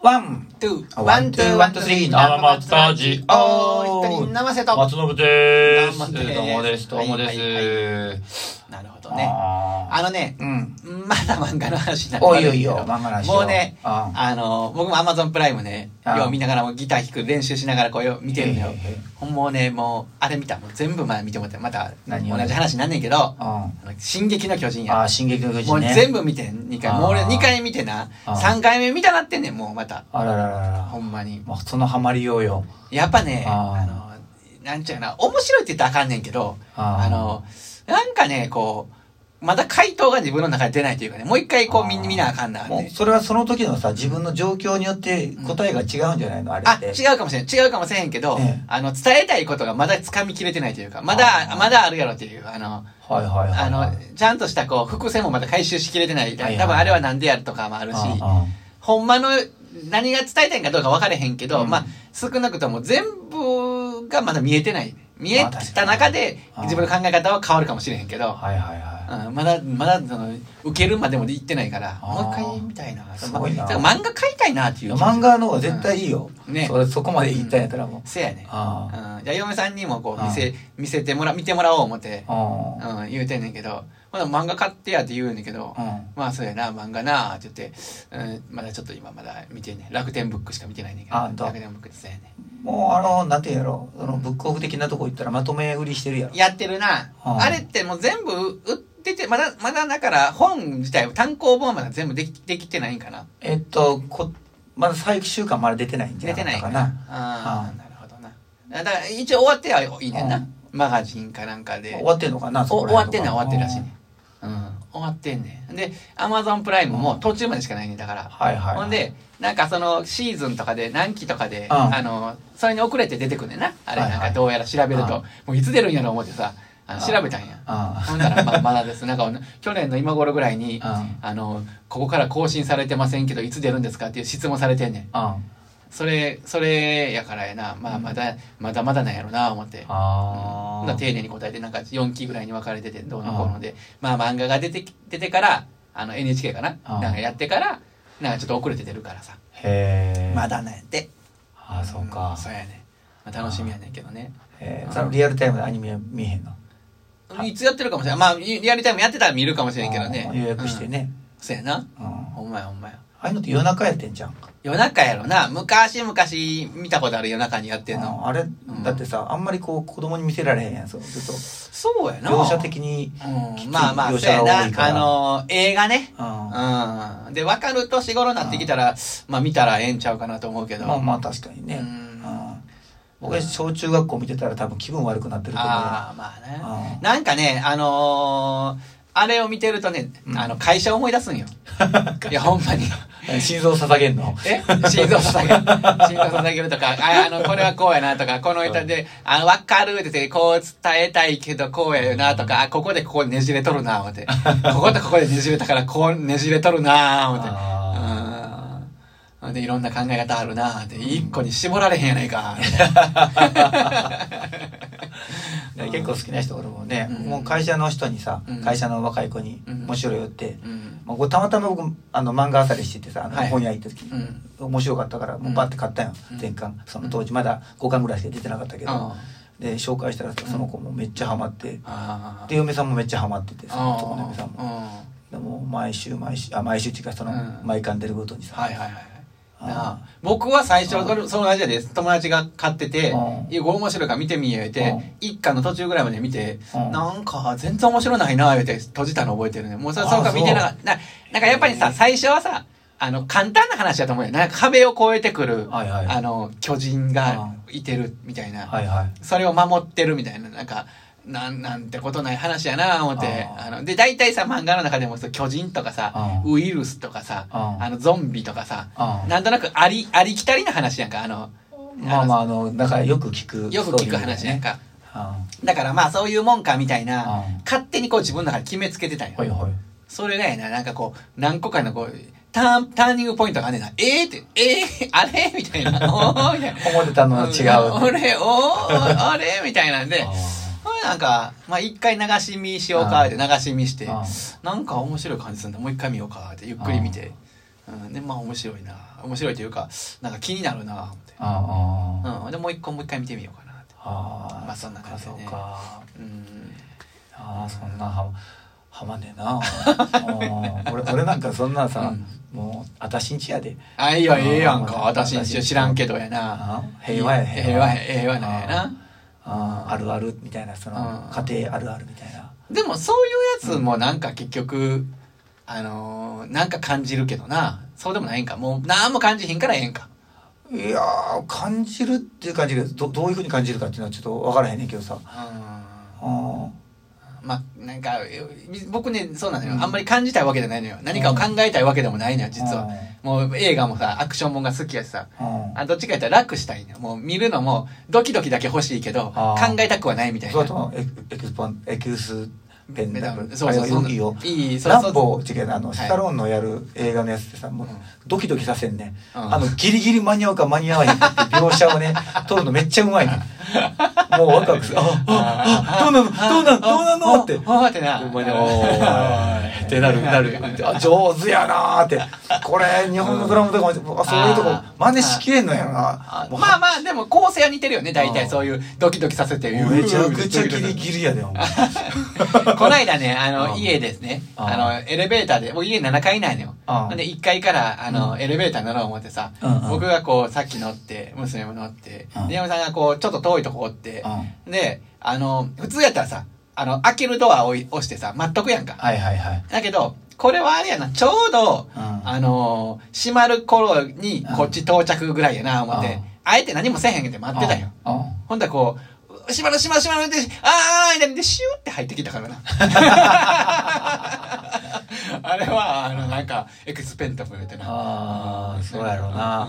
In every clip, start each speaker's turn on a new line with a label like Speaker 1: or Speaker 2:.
Speaker 1: ワン、
Speaker 2: トゥー、
Speaker 1: ワン、ツー、ワン、ツー、スリー、生松ラジ
Speaker 2: お
Speaker 1: オ。
Speaker 2: ー、一人生瀬と。
Speaker 1: 松信で
Speaker 2: 生
Speaker 1: す。
Speaker 2: です
Speaker 1: どうもです。どうもで
Speaker 2: はいはい
Speaker 1: す。
Speaker 2: なるほどね。
Speaker 1: あ
Speaker 2: あのね、
Speaker 1: ーうん。
Speaker 2: まだ漫画の話にな
Speaker 1: おいよいよ、漫画の話を
Speaker 2: もうね、
Speaker 1: あ
Speaker 2: あの、僕も Amazon プライムね、
Speaker 1: あ
Speaker 2: よう見ながらもギター弾く練習しながらこうよ見てるのよ
Speaker 1: へーへ。
Speaker 2: もうね、もう、あれ見た。もう全部前見てもらって、また同
Speaker 1: 何
Speaker 2: じ
Speaker 1: を
Speaker 2: 話になんねんけど、あ
Speaker 1: あ
Speaker 2: の進撃の巨人
Speaker 1: ー
Speaker 2: や。
Speaker 1: あー、進撃の巨
Speaker 2: も
Speaker 1: 人
Speaker 2: う
Speaker 1: ね。
Speaker 2: 全部見てん、2回。もう俺
Speaker 1: あー
Speaker 2: 2回見てな、
Speaker 1: あー
Speaker 2: 3回目見たなってんねん、もうまた。
Speaker 1: あらららら
Speaker 2: ほ。んまに。
Speaker 1: まあ、そのハマりようよ。
Speaker 2: やっぱね、
Speaker 1: あー
Speaker 2: あの、なんちゃうかな、面白いって言ったらあかんねんけど、
Speaker 1: あー
Speaker 2: あの、なんかね、こう、まだ回答が自分の中で出ないというかね、もう一回こう見
Speaker 1: あー
Speaker 2: 見なあかんなっ
Speaker 1: もう、
Speaker 2: て。
Speaker 1: それはその時のさ、自分の状況によって答えが違うんじゃないのあれ
Speaker 2: あ
Speaker 1: っ、て。
Speaker 2: 違うかもしれん。違うかもしれんけど、
Speaker 1: ええ
Speaker 2: あの、伝えたいことがまだ掴みきれてないというか、ま
Speaker 1: あ
Speaker 2: だ、
Speaker 1: ー
Speaker 2: まだあるやろっていう、あの、
Speaker 1: はいはいはい。
Speaker 2: あの、ちゃんとしたこう、伏線もまだ回収しきれてな
Speaker 1: は
Speaker 2: い。
Speaker 1: いはい
Speaker 2: 多分あれはなんでやるとかもあるし、
Speaker 1: あ
Speaker 2: ほんまの何が伝えたいんかどうか分かれへんけど、
Speaker 1: うん
Speaker 2: まあ少なくとも全部がまだ見えてない見え
Speaker 1: まあ確か
Speaker 2: た
Speaker 1: に
Speaker 2: 中で
Speaker 1: あー
Speaker 2: 自分の考え方は変わるかもしれへんけ
Speaker 1: ー
Speaker 2: ど、
Speaker 1: はいはいはい。
Speaker 2: うん、まだまだその受けるまでも行ってないから
Speaker 1: あー
Speaker 2: もう一回見たいな
Speaker 1: すごいな
Speaker 2: だから漫画買いたいなっていう気持ち
Speaker 1: 漫画の方が絶対いいよ。
Speaker 2: うんね
Speaker 1: それそこまで言ったんやったらもう。
Speaker 2: せやね
Speaker 1: ああ。
Speaker 2: うん、じゃあ嫁さんにもこう
Speaker 1: あー
Speaker 2: 見せ見せてもら見てもらおう思って、
Speaker 1: あ
Speaker 2: うん、言うてんねんけどまだ漫画買ってやって言うんだけど、
Speaker 1: あ。うん。
Speaker 2: まあそうやな漫画なあって言って、うん、まだちょっと今まだ見てんねん楽天ブックしか見てないねんけど
Speaker 1: あどう
Speaker 2: 楽天ブックってそうやね
Speaker 1: もうあの、なんていうんやろ。そのブックオフ的なとこ行ったらまとめ売りしてるやろ。
Speaker 2: やってるな
Speaker 1: あ
Speaker 2: あれってもう全部売っててまだまだだから本自体単行本はまだ全部できできてないんかな
Speaker 1: えっと、こ、まだ最終巻まだ出てないんじゃ
Speaker 2: 出
Speaker 1: な
Speaker 2: て
Speaker 1: か
Speaker 2: な
Speaker 1: っ
Speaker 2: い
Speaker 1: たかな。
Speaker 2: かなあ
Speaker 1: う
Speaker 2: あ
Speaker 1: ん
Speaker 2: なるほどなだから一応終わってはいいねん
Speaker 1: う
Speaker 2: なんマガジンかなんかで
Speaker 1: 終わってんのかな
Speaker 2: お終わってんねん終わってるらしい
Speaker 1: ね
Speaker 2: ね。うん終わってんねんでアマゾンプライムも途中までしかないねんだから
Speaker 1: はいはい。
Speaker 2: ほんで、なんかそのシーズンとかで何期とかで、
Speaker 1: うん
Speaker 2: あの、それに遅れて出てくんねんな。あれ
Speaker 1: はいは
Speaker 2: ないんかどうやら調べる
Speaker 1: うん
Speaker 2: と、もういつ出るんやろ思ってさ、あの
Speaker 1: うん
Speaker 2: 調べたんや。
Speaker 1: あ
Speaker 2: ほんならまあまだです。なんか去年の今頃ぐらいに、
Speaker 1: あ。うん。
Speaker 2: あの、ここから更新されてませんけど、いつ出るんですかっていう質問されてんねん。
Speaker 1: あ
Speaker 2: それ、それやからやな。まあまだ、まだまだなんやろな、思って。
Speaker 1: あ
Speaker 2: ほんな
Speaker 1: ー
Speaker 2: ら。丁寧に答えて、なんか4期ぐらいに分かれてて、どうのこうので、まあ漫画が出てき出てから、あの NHK かな、
Speaker 1: うん
Speaker 2: なんかやってから、なんかちょっと遅れて出るからさ。
Speaker 1: へえ。
Speaker 2: まだねで
Speaker 1: ああ、そうか。
Speaker 2: そうやね、まあ、楽しみやねんけどね
Speaker 1: えーそのリアルタイムでアニメは見えへんの。
Speaker 2: いつやってるかもしれないまあリアルタイムやってたら見るかもしれんけどね
Speaker 1: あー予約して、ね。
Speaker 2: うんそうやな
Speaker 1: うん。あ
Speaker 2: ほんまやほんまや
Speaker 1: あいうのって夜中やってんじゃん。
Speaker 2: 夜中やろな昔々見たことある夜中にやってんの
Speaker 1: ああれ、
Speaker 2: ん
Speaker 1: だってさあんまりこう子供に見せられへんやんそうずっ
Speaker 2: そうや
Speaker 1: と
Speaker 2: な
Speaker 1: 描写的にきつ
Speaker 2: う
Speaker 1: い
Speaker 2: ん、まあま
Speaker 1: 描
Speaker 2: あそう
Speaker 1: 写
Speaker 2: や
Speaker 1: が
Speaker 2: な
Speaker 1: 多いから、
Speaker 2: あの映画ね
Speaker 1: うん
Speaker 2: うんで分かる年頃になってきたらまあ見たらええんちゃうかなと思うけど
Speaker 1: まあまあ確かにね、
Speaker 2: う
Speaker 1: うんん、僕は小中学校見てたら多分気分悪くなってると思う
Speaker 2: ああまあね
Speaker 1: うん
Speaker 2: なんかね、あのーあれを見てるとね、
Speaker 1: うん
Speaker 2: あの、会社を思い 出すんよ。いや、ほんまに。
Speaker 1: え心臓捧げんの
Speaker 2: え心臓捧げる。心臓捧げるとか、あ、あの、これはこうやなとか、この歌で、あの、わかるって言って、こう伝えたいけど、こうやよなとか、あ、ここでここねじれとるな、思って。こことここでねじれたから、こうねじれとるな、思って。
Speaker 1: あ
Speaker 2: うん。ほんで、いろんな考え方あるな、って。一個に絞られへんやないか。
Speaker 1: ね 結構好きな人俺もね、
Speaker 2: うん
Speaker 1: もう会社の人にさ、
Speaker 2: うん
Speaker 1: 会社の若い子に
Speaker 2: うん
Speaker 1: 面白いよって、
Speaker 2: うん。
Speaker 1: まあ、こうたまたま僕あの漫画あさりしててさあの
Speaker 2: はい
Speaker 1: 本屋行った時に、
Speaker 2: うん。
Speaker 1: 面白かったからもうバッて買ったよ、
Speaker 2: うん
Speaker 1: 全巻その当時まだ5巻ぐらいしか出てなかったけど、
Speaker 2: あ
Speaker 1: で紹介したらさその子もめっちゃハマって、
Speaker 2: あ
Speaker 1: で嫁さんもめっちゃハマっててさ
Speaker 2: あ
Speaker 1: そこの嫁さんも、
Speaker 2: あ
Speaker 1: でも毎週毎週あ毎週っていうかその、
Speaker 2: うん
Speaker 1: 毎巻出るごとにさ、
Speaker 2: はいはいはい
Speaker 1: あー
Speaker 2: なあ僕は最初それその味です友達が買ってて
Speaker 1: うん
Speaker 2: 「いや面白いから見てみよ」言う
Speaker 1: う
Speaker 2: て
Speaker 1: ん
Speaker 2: 一巻の途中ぐらいまで見て
Speaker 1: うん
Speaker 2: なんか全然面白ないな言うて閉じたの覚えてるねもうそ
Speaker 1: あー
Speaker 2: そうか見てなかったななんかやっぱり
Speaker 1: へ
Speaker 2: さ
Speaker 1: ー
Speaker 2: 最初はさあの簡単な話だと思うよなんか壁を越えてくる
Speaker 1: はいはい
Speaker 2: あの巨人がいてるみたいな
Speaker 1: はいはい
Speaker 2: それを守ってるみたいななんかなんなんてことない話やな思って
Speaker 1: あ
Speaker 2: あ
Speaker 1: ー
Speaker 2: ので大体さ漫画の中でもそう巨人とかさ
Speaker 1: うん
Speaker 2: ウイルスとかさ
Speaker 1: うん
Speaker 2: あのゾンビとかさ
Speaker 1: うん
Speaker 2: なんとなくありありきたりな話やんかあの
Speaker 1: まあまああのだからよく聞く
Speaker 2: よく聞く話やんか
Speaker 1: ストーリーだよね
Speaker 2: だからまあそういうもんかみたいな
Speaker 1: うん
Speaker 2: 勝手にこう自分の中で決めつけてたん
Speaker 1: ほい
Speaker 2: よ
Speaker 1: ほい
Speaker 2: それがやななんかこう何個かのこうターンターニングポイントがあんねんなえー、ってえー、あれ みたいなおーみたいな
Speaker 1: 思ってたのと違う
Speaker 2: 俺おーあれみたいなんで
Speaker 1: あ
Speaker 2: これなんか、まあ、一回流し見しようかって流し見して
Speaker 1: うん
Speaker 2: なんか面白い感じするんだもう一回見ようかってゆっくり見て、うん、でまあ面白いな面白いというかなんか気になるなって、
Speaker 1: ああ、
Speaker 2: うん、でもう一個もう一回見てみようかなって
Speaker 1: ああ
Speaker 2: まあそんな感じでね
Speaker 1: そうか
Speaker 2: うん
Speaker 1: ああそんなははまねえなあー 俺俺なんかそんなさ、もうあたしんちやで
Speaker 2: あいいよ
Speaker 1: あー
Speaker 2: ええやんか私
Speaker 1: 私
Speaker 2: 知らんけどやな
Speaker 1: あー平和や
Speaker 2: 平和や平和なんやな
Speaker 1: あーあるあるみたいなその
Speaker 2: うん
Speaker 1: 家庭あるあるみたいな
Speaker 2: でもそういうやつもなんか結局、あのーなんか感じるけどなそうでもないんかもう何も感じひんからええんか
Speaker 1: いやー感じるっていう感じがどどういうふうに感じるかっていうのはちょっと分からへんねんけどさ
Speaker 2: うん
Speaker 1: あー
Speaker 2: まあなんかえ僕ねそうなのよ、
Speaker 1: うん
Speaker 2: あんまり感じたいわけじゃないのよ何かを考えたいわけでもないのよ実は、もう映画もさアクションもんが好きやしさ
Speaker 1: うん
Speaker 2: あどっちかやったら楽したいのよもう見るのもドキドキだけ欲しいけど考
Speaker 1: あー
Speaker 2: えたくはないみたい
Speaker 1: そう
Speaker 2: な
Speaker 1: だと思うエクエクスポンエクスペンダブル
Speaker 2: そうそうそう
Speaker 1: あれいいよ
Speaker 2: いいそう
Speaker 1: ラ
Speaker 2: そう
Speaker 1: ンボー違うあの
Speaker 2: はい
Speaker 1: スタローンのやる映画のやつってさもう
Speaker 2: うん
Speaker 1: ドキドキさせんね、
Speaker 2: うん
Speaker 1: あのギリギリ間に合うか間に合わへんかって描写 をね撮るのめっちゃうまいねもうワクワクするあああどうなのどうなのどうなのって
Speaker 2: ああってな
Speaker 1: ほんまにお ーいってなるなるあ上手やなーってこれ日本のドラマとかもあそういうとこ真似しきれんのやろな
Speaker 2: あ
Speaker 1: もう
Speaker 2: まあまあでも構成は似てるよね大
Speaker 1: う
Speaker 2: 体
Speaker 1: ん
Speaker 2: そういうドキドキさせて
Speaker 1: もうめちゃくちゃギリギリやでお前
Speaker 2: こないだね、あの、
Speaker 1: うん
Speaker 2: 家ですね。
Speaker 1: うん
Speaker 2: あの、エレベーターで、僕家7階ないのよ。
Speaker 1: うん
Speaker 2: ほんで、1階から、あの、エレベーター乗ろう思ってさ
Speaker 1: うんうん、
Speaker 2: 僕がこう、さっき乗って、娘も乗って
Speaker 1: うん、
Speaker 2: で、嫁さんがこう、ちょっと遠いとこおって
Speaker 1: うん、
Speaker 2: で、あの、普通やったらさ、あの、開けるドアを押してさ、待っとくやんか。
Speaker 1: はいはいはい
Speaker 2: だけど、これはあれやな、ちょうど、
Speaker 1: うん
Speaker 2: あのー閉まる頃に
Speaker 1: うん
Speaker 2: こっち到着ぐらいやな、思っ
Speaker 1: う
Speaker 2: て
Speaker 1: ん、
Speaker 2: あえて何もせえへんけど待ってたよ。
Speaker 1: うんうん
Speaker 2: ほんだらこう、閉まる閉まる閉まるって、あーあー、で、で、シューって入ってきたか らな。あれは、あの、なんか、エクスペンタブルってな。
Speaker 1: ああそうやろう
Speaker 2: う
Speaker 1: な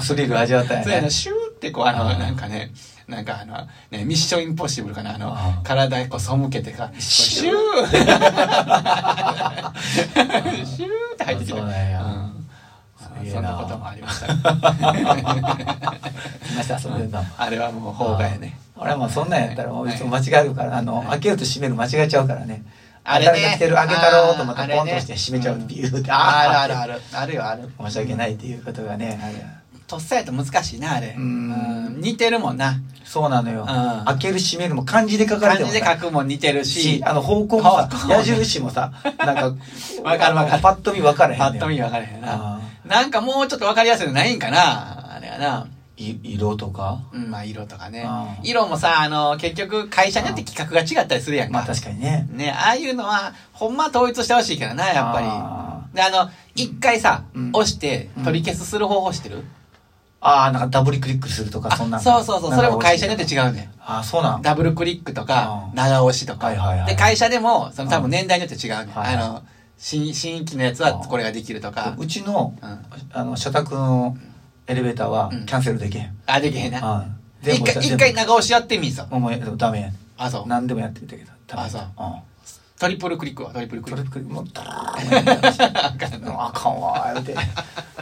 Speaker 1: んスリル味わったん
Speaker 2: そう
Speaker 1: や
Speaker 2: や
Speaker 1: ね
Speaker 2: な、シューってこう、あの、
Speaker 1: うん
Speaker 2: なんかね、なんかあの、ね、ミッションインポッシブルかな、あの
Speaker 1: う、ん
Speaker 2: 体こう背けてか、
Speaker 1: シ
Speaker 2: シ
Speaker 1: ュ
Speaker 2: ュ
Speaker 1: ー
Speaker 2: ーシューって入ってきた。
Speaker 1: そうなんや
Speaker 2: うん
Speaker 1: すげえ
Speaker 2: そん
Speaker 1: な
Speaker 2: なこともありました。
Speaker 1: ました遊んでた
Speaker 2: あれはもう方がやね。
Speaker 1: 俺はもうそんなんやったらもういつも間違うからあの開けると閉める間違えちゃうからね
Speaker 2: あれ
Speaker 1: 誰
Speaker 2: ね
Speaker 1: が来てる開けたろうと思った
Speaker 2: あ
Speaker 1: ら
Speaker 2: れ
Speaker 1: ポ
Speaker 2: ね
Speaker 1: ンと押して閉めちゃうビューって
Speaker 2: あるあるある。あるよ、ある。
Speaker 1: 申し訳ないっていうことがねある
Speaker 2: とっさやと難しいな、あれ。
Speaker 1: うん
Speaker 2: うん似てるもんな。
Speaker 1: そうなのよ
Speaker 2: ん
Speaker 1: 開ける閉めるも漢字で書かれ
Speaker 2: 漢
Speaker 1: ても
Speaker 2: 字で
Speaker 1: さ
Speaker 2: 書くも似てるし
Speaker 1: し、あの方向もさ
Speaker 2: 方向
Speaker 1: 矢印もさなんか
Speaker 2: わかるわかる
Speaker 1: パッと見分からへん
Speaker 2: パ
Speaker 1: のよ
Speaker 2: ッと見分からへんな。
Speaker 1: あ
Speaker 2: なんかもうちょっと分かりやすいのないんかな、あれやな。
Speaker 1: ーい色とか
Speaker 2: うん、まあ色とかね
Speaker 1: あ。ー
Speaker 2: 色もさ、あの、結局会社によって企画が違ったりするやんか。
Speaker 1: まあ確かにね
Speaker 2: ね、ああいうのは、ほんま統一してほしいけどな、やっぱり。
Speaker 1: あー
Speaker 2: で、あの、一回さ
Speaker 1: うん、
Speaker 2: 押して
Speaker 1: うん
Speaker 2: 取り消すする方法知ってる
Speaker 1: ああ、なんかダブルクリックするとか、
Speaker 2: あ
Speaker 1: そんなん
Speaker 2: そうそうそう、それも会社によって
Speaker 1: う。
Speaker 2: 違うねん。
Speaker 1: ああ、そうなん。
Speaker 2: ダブルクリックとか
Speaker 1: う、ん
Speaker 2: 長押しとか。
Speaker 1: はいはいはい
Speaker 2: で、会社でも、その多分年代によって違うね。
Speaker 1: はいはい
Speaker 2: あの、新、新規のやつはこれができるとか。
Speaker 1: うちの、
Speaker 2: うん。
Speaker 1: あの、社宅のエレベーターは
Speaker 2: うん
Speaker 1: キャンセルできへん。
Speaker 2: あ、できへんな。
Speaker 1: ああ
Speaker 2: 一回、一回長押しやってみんぞ。
Speaker 1: もう、でもダメや。
Speaker 2: あ、そう。
Speaker 1: 何でもやってみたけど。ダメや。
Speaker 2: あそうんトリプルクリックは、トリプルク
Speaker 1: ト
Speaker 2: リ
Speaker 1: リ
Speaker 2: ック。
Speaker 1: プルクリック、もう、ダーンうんあかんわ、言う て。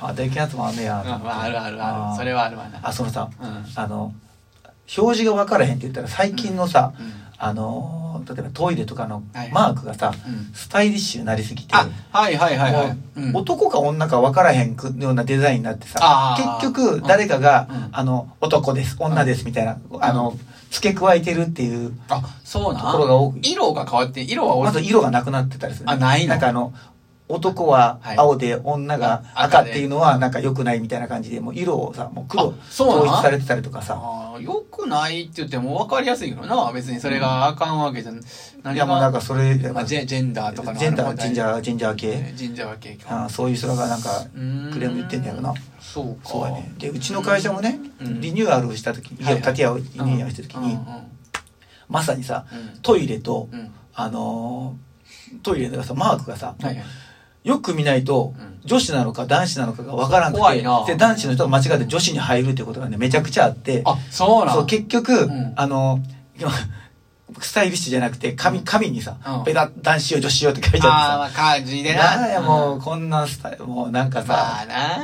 Speaker 1: あ、できんやつもあんねや
Speaker 2: う。んまあ、あるあるある。それ
Speaker 1: は。
Speaker 2: はあるわな。
Speaker 1: あ、そのさ、
Speaker 2: うん。
Speaker 1: あの、表示が分からへんって言ったら、最近のさ、
Speaker 2: うん
Speaker 1: あの、例えばトイレとかの
Speaker 2: はい
Speaker 1: マークがさ、
Speaker 2: うん
Speaker 1: スタイリッシュになりすぎて。
Speaker 2: あ、はいはいはいはい。
Speaker 1: もう
Speaker 2: うん
Speaker 1: 男か女か分からへんくようなデザインになってさ
Speaker 2: あー
Speaker 1: 結局誰かが、
Speaker 2: うん
Speaker 1: あの男です女ですみたいな、
Speaker 2: ん
Speaker 1: あの付け加えてるっていう
Speaker 2: あ、そうなん
Speaker 1: ところが多く
Speaker 2: 色が変わって、色は
Speaker 1: ま
Speaker 2: 俺
Speaker 1: ず色がなくなってたりする、
Speaker 2: あないの
Speaker 1: んかあの男は
Speaker 2: はい
Speaker 1: 青で、女が
Speaker 2: あ
Speaker 1: 赤
Speaker 2: 赤
Speaker 1: っ
Speaker 2: で
Speaker 1: ていうのはなんか良くないみたいな感じでもう色をさもう黒
Speaker 2: あそうなん
Speaker 1: 統一されてたりとかさ
Speaker 2: あーよくないって言っても分かりやすいけどな。別にそれがあかんわけじゃん。何
Speaker 1: い
Speaker 2: が
Speaker 1: やもうなんかそれ
Speaker 2: まあ、ジェジェンダーとかの
Speaker 1: ジェンダージェン
Speaker 2: ー
Speaker 1: ダージェンダー系、
Speaker 2: ジェンダーは経験
Speaker 1: あーそういう人らがなんかクレーム言ってんだよな
Speaker 2: そうか
Speaker 1: そうやねでうちの会社もね、
Speaker 2: うん
Speaker 1: リニューアルした時
Speaker 2: はい
Speaker 1: 家
Speaker 2: は
Speaker 1: を
Speaker 2: い
Speaker 1: 建て屋をリニューアルした時に、
Speaker 2: うん
Speaker 1: まさにさ
Speaker 2: うん
Speaker 1: トイレと、
Speaker 2: うんうん
Speaker 1: あのートイレのさマークがさ、
Speaker 2: はいはい
Speaker 1: よく見ないと、
Speaker 2: うん
Speaker 1: 女子なのか男子なのかが分からんくて
Speaker 2: 怖いな
Speaker 1: で男子の人が間違って女子に入るってことがねめちゃくちゃあって
Speaker 2: あそうなん
Speaker 1: そう結局、
Speaker 2: ん
Speaker 1: あの ースタイリッシュじゃなくて紙紙にさ、
Speaker 2: うん
Speaker 1: ペタッ男子よ女子よって書いてあって
Speaker 2: あーま
Speaker 1: さ
Speaker 2: あ感じで
Speaker 1: なんや
Speaker 2: な
Speaker 1: もう、
Speaker 2: ん
Speaker 1: こんなスタイルもうなんかさ、
Speaker 2: まあな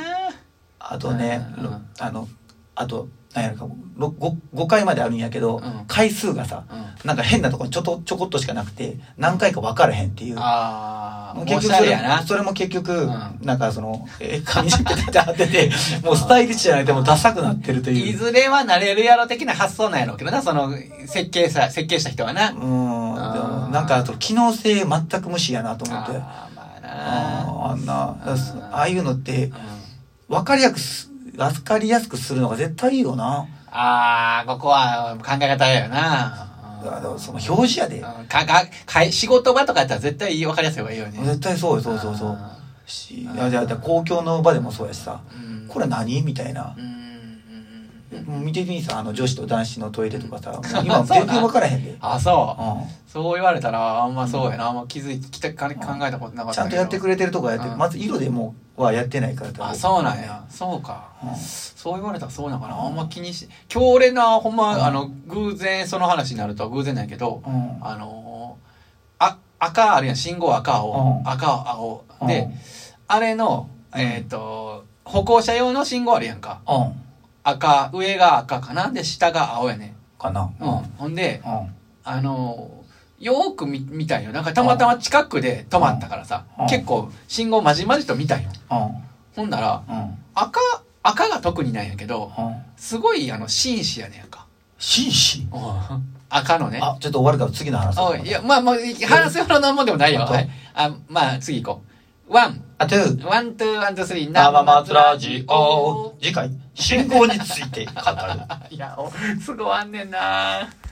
Speaker 1: あとね、
Speaker 2: うんうんうん
Speaker 1: あの、あと、なんやろか、ろご 5, 回まであるんやけど、
Speaker 2: うん
Speaker 1: 回数がさ、
Speaker 2: うん
Speaker 1: なんか変なとこにちょっと、ちょこっとしかなくて、何回か分からへんっていう。
Speaker 2: ああ
Speaker 1: もう
Speaker 2: ーもう
Speaker 1: 結
Speaker 2: おし
Speaker 1: 局
Speaker 2: ゃ
Speaker 1: そ
Speaker 2: れ
Speaker 1: れ
Speaker 2: やな
Speaker 1: それも結局、
Speaker 2: うん
Speaker 1: なんかその、えー髪にペタって貼って て、もうスタイリッシュじゃないともうダサくなってると
Speaker 2: い
Speaker 1: いう。
Speaker 2: ずれはなれるやろ的な発想なんやろうけどな、その、設計さ、設計した人はな。
Speaker 1: うん、でも
Speaker 2: あー
Speaker 1: なんかあと機能性全く無視やなと思って。
Speaker 2: あーまあな
Speaker 1: あーあんな、だす
Speaker 2: あー
Speaker 1: ああいうのって、わかりやすく、わかりやすくするのが絶対いいよな。
Speaker 2: ああ、ここは考え方やよ
Speaker 1: あ
Speaker 2: な。
Speaker 1: のその表示やで。
Speaker 2: うんかかかい仕事場とかやったら絶対分かりやすい方がいいよね。
Speaker 1: 絶対そうよ、そうそうそう。し、い
Speaker 2: あー
Speaker 1: やじゃあじゃあ公共の場でもそうやしさ、
Speaker 2: うん
Speaker 1: これ何みたいな
Speaker 2: う。んうんうん
Speaker 1: もう見てみさ、あの女子と男子のトイレとかさ、もう
Speaker 2: そ
Speaker 1: 今
Speaker 2: うなん
Speaker 1: 全然分からへんで。
Speaker 2: あ、そう。
Speaker 1: う
Speaker 2: そう言われたら、あんまそうやな。あんま気づいて、考えたことなか
Speaker 1: ん、
Speaker 2: ったけど。
Speaker 1: ちゃんとやってくれてるとこやってる、
Speaker 2: うん
Speaker 1: まず色でもはやってないから多分
Speaker 2: あ、そうなんや。そうか。
Speaker 1: うん
Speaker 2: そう言われたらそうなんかな。あんま気にし、強烈な、ほん
Speaker 1: うん
Speaker 2: ま、あの、偶然その話になるとは偶然なんやけど、
Speaker 1: うん
Speaker 2: あのーあ、赤あるやん。信号赤を、
Speaker 1: うん
Speaker 2: 赤青。
Speaker 1: うん
Speaker 2: で、あれの、
Speaker 1: うん
Speaker 2: えっ、と、歩行者用の信号あるやんか。
Speaker 1: うん
Speaker 2: 赤、上が赤かな。で、下が青やね。
Speaker 1: かな
Speaker 2: うん。ほんで、
Speaker 1: うん
Speaker 2: あのーよーく見見たんよ。なんかたまたま近くで止まったからさ
Speaker 1: うん、
Speaker 2: 結構信号まじまじと見たんよ。
Speaker 1: う
Speaker 2: ほんなら、
Speaker 1: んうん
Speaker 2: 赤、赤が特になんやけど、
Speaker 1: うん
Speaker 2: すごい、あの、紳士やねんか。
Speaker 1: 紳士
Speaker 2: 赤のね。
Speaker 1: あちょっと終わるから次の話
Speaker 2: おい、いや、まあ、もう、話すようなもんでもないよ。
Speaker 1: あと
Speaker 2: はい。あ、まあ、次行こう。ワン、
Speaker 1: あという
Speaker 2: ワン、ツー、ワン、ツー、スリー、
Speaker 1: 生松ラジオ次回信仰について語る
Speaker 2: いや、お、すごいあんねんな